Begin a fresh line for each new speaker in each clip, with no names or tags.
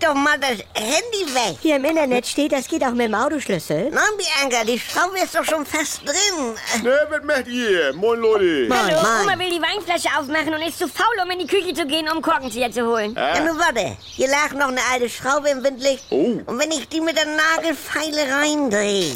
doch mal das Handy weg.
Hier im Internet steht, das geht auch mit dem Autoschlüssel.
Nein, Bianca, die Schraube ist doch schon fest drin.
Ne, was macht ihr? Moin, Leute.
Hallo,
Oh, Mann.
Oma will die Weinflasche aufmachen und ist zu faul, um in die Küche zu gehen, um Korkenzieher zu holen.
Ja, nun warte. Hier lag noch eine alte Schraube im Windlicht.
Oh.
Und wenn ich die mit der Nagelfeile reindrehe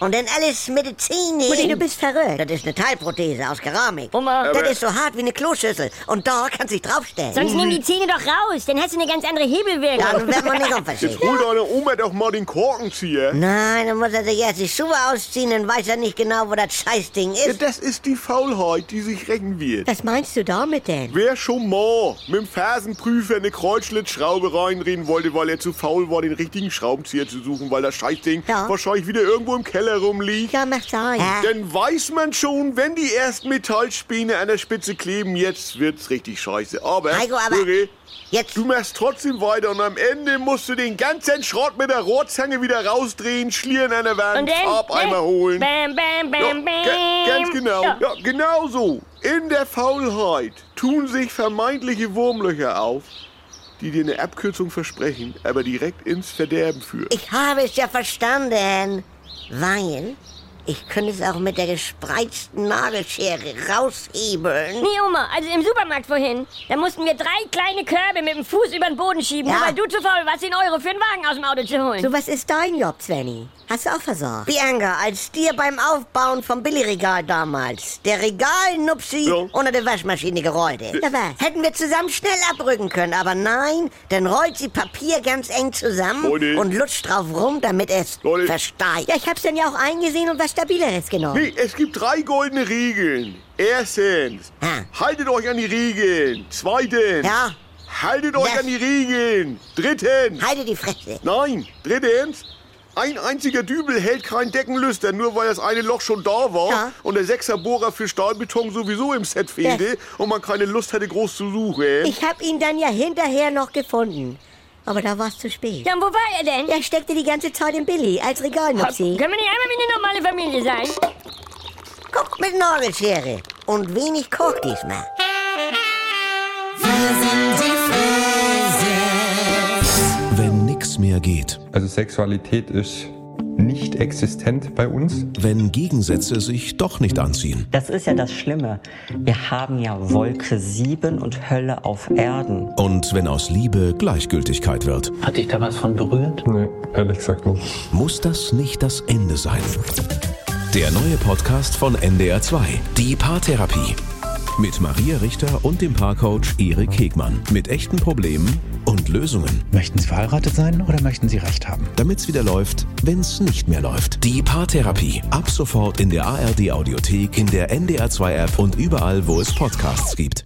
und dann alles Medizinisch...
Mutti, du bist verrückt.
Das ist eine Teilprothese aus Keramik.
Äh,
Oma,
das ist so hart wie eine Kloschüssel. Und da kannst du dich draufstellen.
sonst nimm die Zähne doch raus, dann hast du eine ganz andere
Ja,
Hebelwirkung.
dann wird man nicht
Jetzt
unverschämt.
hol deine Oma doch mal den Korkenzieher.
Nein, dann muss er sich erst die Schuhe ausziehen, dann weiß er nicht genau, wo das Scheißding
Ja,
ist.
das ist die Faulheit, die sich rächen wird.
Was meinst du damit denn?
Wer schon mal mit dem Fersenprüfer eine Kreuzschlitzschraube reinreden wollte, weil er zu faul war, den richtigen Schraubenzieher zu suchen, weil das Scheißding
Ja.
wahrscheinlich wieder irgendwo im Keller rumliegt.
Ja, mach sein.
Hä?
Dann weiß man schon, wenn die ersten Metallspäne an der Spitze kleben, jetzt wird's richtig scheiße. Aber,
Heiko, aber-
Höre,
Jetzt-
du machst trotzdem weiter und am Ende musst du den ganzen Schrott mit der Rohrzange wieder rausdrehen, schlieren an der Wand,
und dann... ne?
Farbeimer holen.
Bam, bam,
Ja,
bam, bam.
ga- ganz genau.
Ja.
Ja, genau so. In der Faulheit tun sich vermeintliche Wurmlöcher auf, die dir eine Abkürzung versprechen, aber direkt ins Verderben führen.
Ich habe es ja verstanden. Weil ich könnte es auch mit der gespreizten Nagelschere raushebeln.
Nee, Oma, also im Supermarkt vorhin, da mussten wir drei kleine Körbe mit dem Fuß über den Boden schieben,
Ja.
nur weil du zu faul warst, den Euro für den Wagen aus dem Auto zu holen.
So, was ist dein Job, Svenny? Hast du auch versorgt?
Bianca, als dir beim Aufbauen vom Billigregal damals der Regalnupsi
Ja.
unter der Waschmaschine gerollt ist,
Ja, was?
hätten wir zusammen schnell abrücken können. Aber nein, dann rollt sie Papier ganz eng zusammen
Leute.
und lutscht drauf rum, damit es
Leute.
versteigt.
Ja, ich hab's dann ja auch eingesehen und was Stabileres genommen.
Nee, es gibt drei goldene Regeln. Erstens,
Ha.
haltet euch an die Regeln. Zweitens,
Ja.
haltet euch
Das-
an die Regeln. Drittens,
Halte die Fresse.
nein, drittens, ein einziger Dübel hält kein Deckenlüster, nur weil das eine Loch schon da war
Ja.
und der Sechserbohrer für Stahlbeton sowieso im Set fehlte und man keine Lust hatte, groß zu suchen.
Ich hab ihn dann ja hinterher noch gefunden. Aber da war's zu spät.
Dann wo war er denn?
Er steckte die ganze Zeit im Billy als Regalnupsi.
Können wir nicht einmal wie eine normale Familie sein?
Guck mit Nagelschere und wenig Kork diesmal.
Wenn nix mehr geht.
Also Sexualität ist nicht existent bei uns.
Wenn Gegensätze sich doch nicht anziehen.
Das ist ja das Schlimme. Wir haben ja Wolke 7 und Hölle auf Erden.
Und wenn aus Liebe Gleichgültigkeit wird.
Hat dich da was von berührt?
Nee, ehrlich gesagt nicht.
Muss das nicht das Ende sein? Der neue Podcast von NDR2. Die Paartherapie. Mit Maria Richter und dem Paarcoach Erik Hegmann. Mit echten Problemen und Lösungen.
Möchten Sie verheiratet sein oder möchten Sie Recht haben?
Damit's wieder läuft, wenn's nicht mehr läuft. Die Paartherapie. Ab sofort in der ARD Audiothek, in der NDR2 App und überall, wo es Podcasts gibt.